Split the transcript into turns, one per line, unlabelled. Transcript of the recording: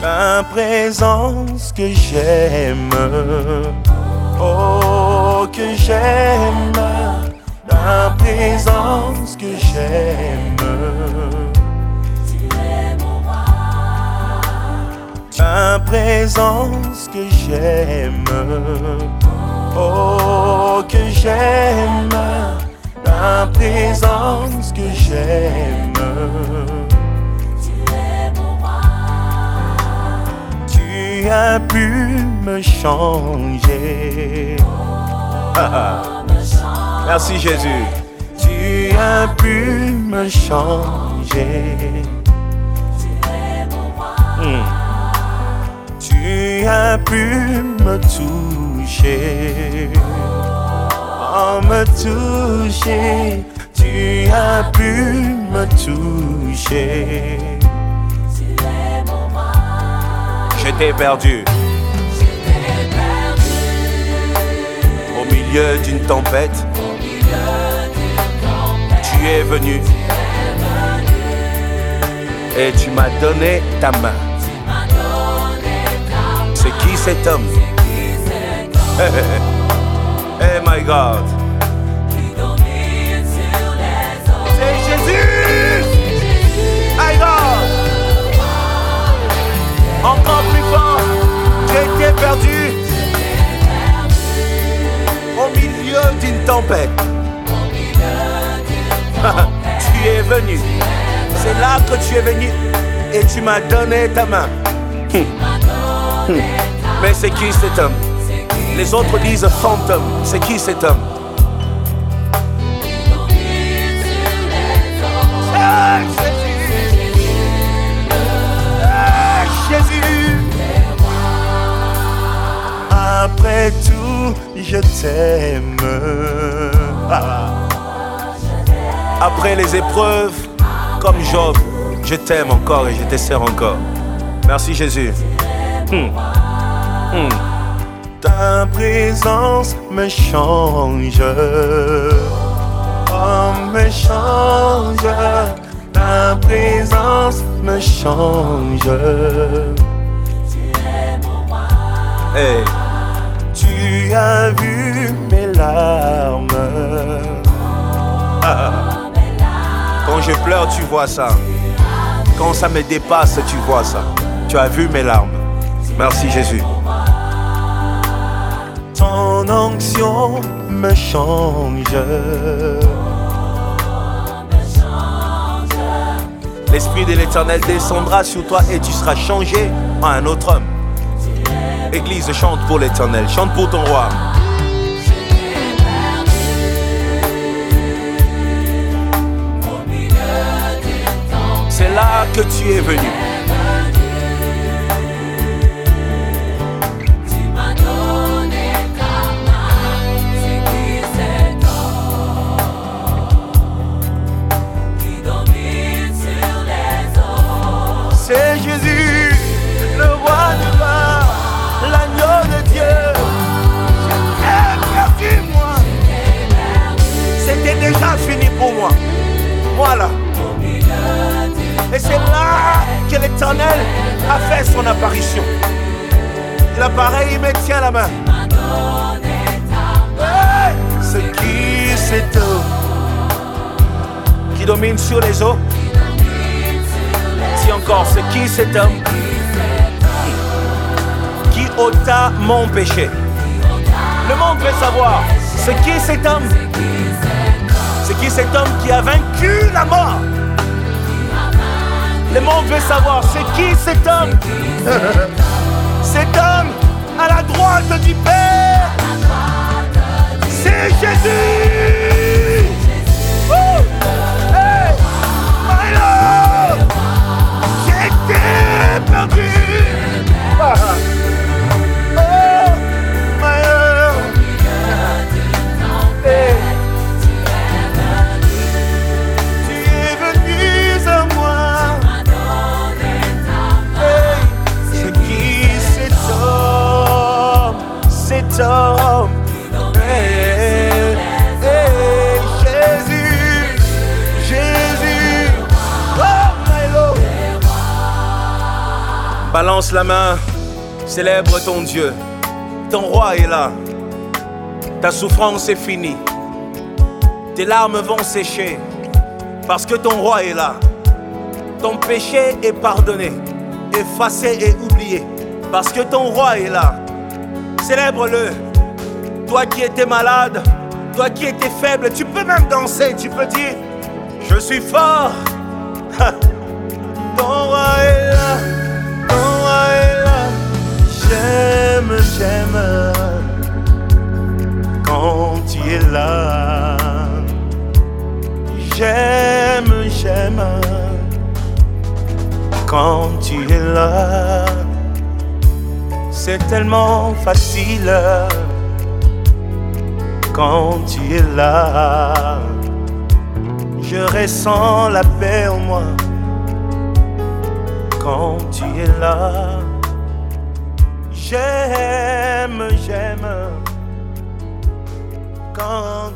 ta présence que j'aime. Oh, que j'aime, ta présence que j'aime. Ta présence que j'aime. Oh, que j'aime. Ta présence que j'aime. Tu as pu me changer. Merci Jésus. Tu as pu me changer. Hmm. Tu as pu me toucher. Oh, me toucher. Tu as pu me toucher. J'étais perdu. Au milieu d'une tempête. Tu es venu. Et tu m'as donné ta main. C'est qui cet homme? Hey my God. C'est Jésus. My God. Encore plus fort. J'étais perdu. Au milieu d'une tempête. tu es venu. C'est là que tu es venu et tu m'as donné ta main. Hum. Hum. Mais c'est qui cet homme Les autres disent fantôme. C'est qui cet homme Ah, Jésus Ah, Jésus Après tout, je t'aime. Ah. Après les épreuves, comme Job, je t'aime encore et je te sers encore. Merci Jésus. Hmm. Hmm. Ta présence me change. Oh, me change. Ta présence me change. Hey. Tu as vu mes larmes. Ah. Quand je pleure, tu vois ça. Quand ça me dépasse, tu vois ça. Tu as vu mes larmes. Merci Jésus. Ton onction me change. L'Esprit de l'Éternel descendra sur toi et tu seras changé en un autre homme. Église, chante pour l'Éternel, chante pour ton roi. C'est là que tu es venu. C'est Jésus, le roi de gloire, l'agneau de Dieu. J'ai perdu moi. C'était déjà fini pour moi. Voilà. Et c'est là que l'Éternel a fait son apparition. Il apparaît, il me tient la main. Hey C'est qui cet homme qui domine sur les eaux Si encore, c'est qui cet homme qui ôta mon péché Le monde veut savoir, c'est qui cet homme C'est qui cet homme qui a vaincu la mort Le monde veut savoir, c'est qui cet homme Cet homme à la droite du Père C'est Jésus Wouh Hey My Lord J'étais perdu Ah. Oh My Lord Hey Tu es venu à moi Hey, C'est qui cet homme Cet homme Hey, hey, oh, Balance la main, célèbre ton Dieu. Ton roi est là. Ta souffrance est finie. Tes larmes vont sécher parce que ton roi est là. Ton péché est pardonné, effacé et oublié parce que ton roi est là. Célèbre-le. Toi qui étais malade, toi qui étais faible, tu peux même danser, tu peux dire Je suis fort. ton roi est là, ton roi est là. J'aime, j'aime quand tu es là. J'aime, j'aime quand tu es là. C'est tellement facile quand tu es là. Je ressens la paix en moi quand tu es là. J'aime, j'aime quand